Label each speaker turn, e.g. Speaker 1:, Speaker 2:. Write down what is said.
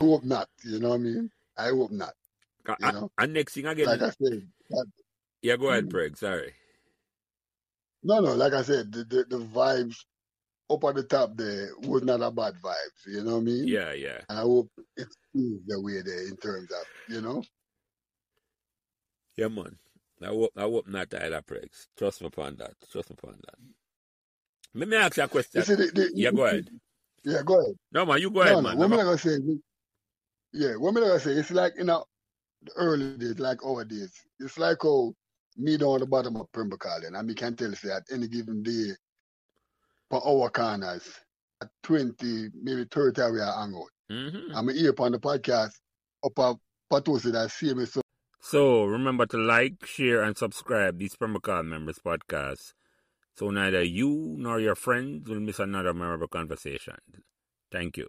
Speaker 1: hope not. You know what I mean? I hope not.
Speaker 2: Uh,
Speaker 1: You
Speaker 2: uh,
Speaker 1: know,
Speaker 2: And next thing I get,
Speaker 1: like I said, that,
Speaker 2: yeah, go ahead,
Speaker 1: Mm.
Speaker 2: Preg. Sorry.
Speaker 1: no, no, like I said, the, the, the vibes up at the top there was not a bad vibes. You know what I mean?
Speaker 2: Yeah, yeah.
Speaker 1: I hope it stays the way there in terms of you know.
Speaker 2: Yeah, man. I hope, I hope not either, Pregs. Trust me upon that. Trust me upon that. Let me ask you a
Speaker 1: You
Speaker 2: question.
Speaker 1: see, the, the,
Speaker 2: Yeah, go ahead.
Speaker 1: Yeah, go ahead.
Speaker 2: No, man, you go
Speaker 1: No,
Speaker 2: ahead,
Speaker 1: no.
Speaker 2: man.
Speaker 1: Women
Speaker 2: I'm
Speaker 1: like I say, yeah, women like I say, it's like you know, the early days, like our days. It's like how me down at the bottom of Primber College, and me can tell you say at any given day for our corners, at twenty, maybe thirty, we are hang out.
Speaker 2: hmm
Speaker 1: I'm here upon the podcast up at Patosi that see me so
Speaker 2: So remember to like, share, and subscribe this Permacall Members Podcast so neither you nor your friends will miss another memorable conversation. Thank you.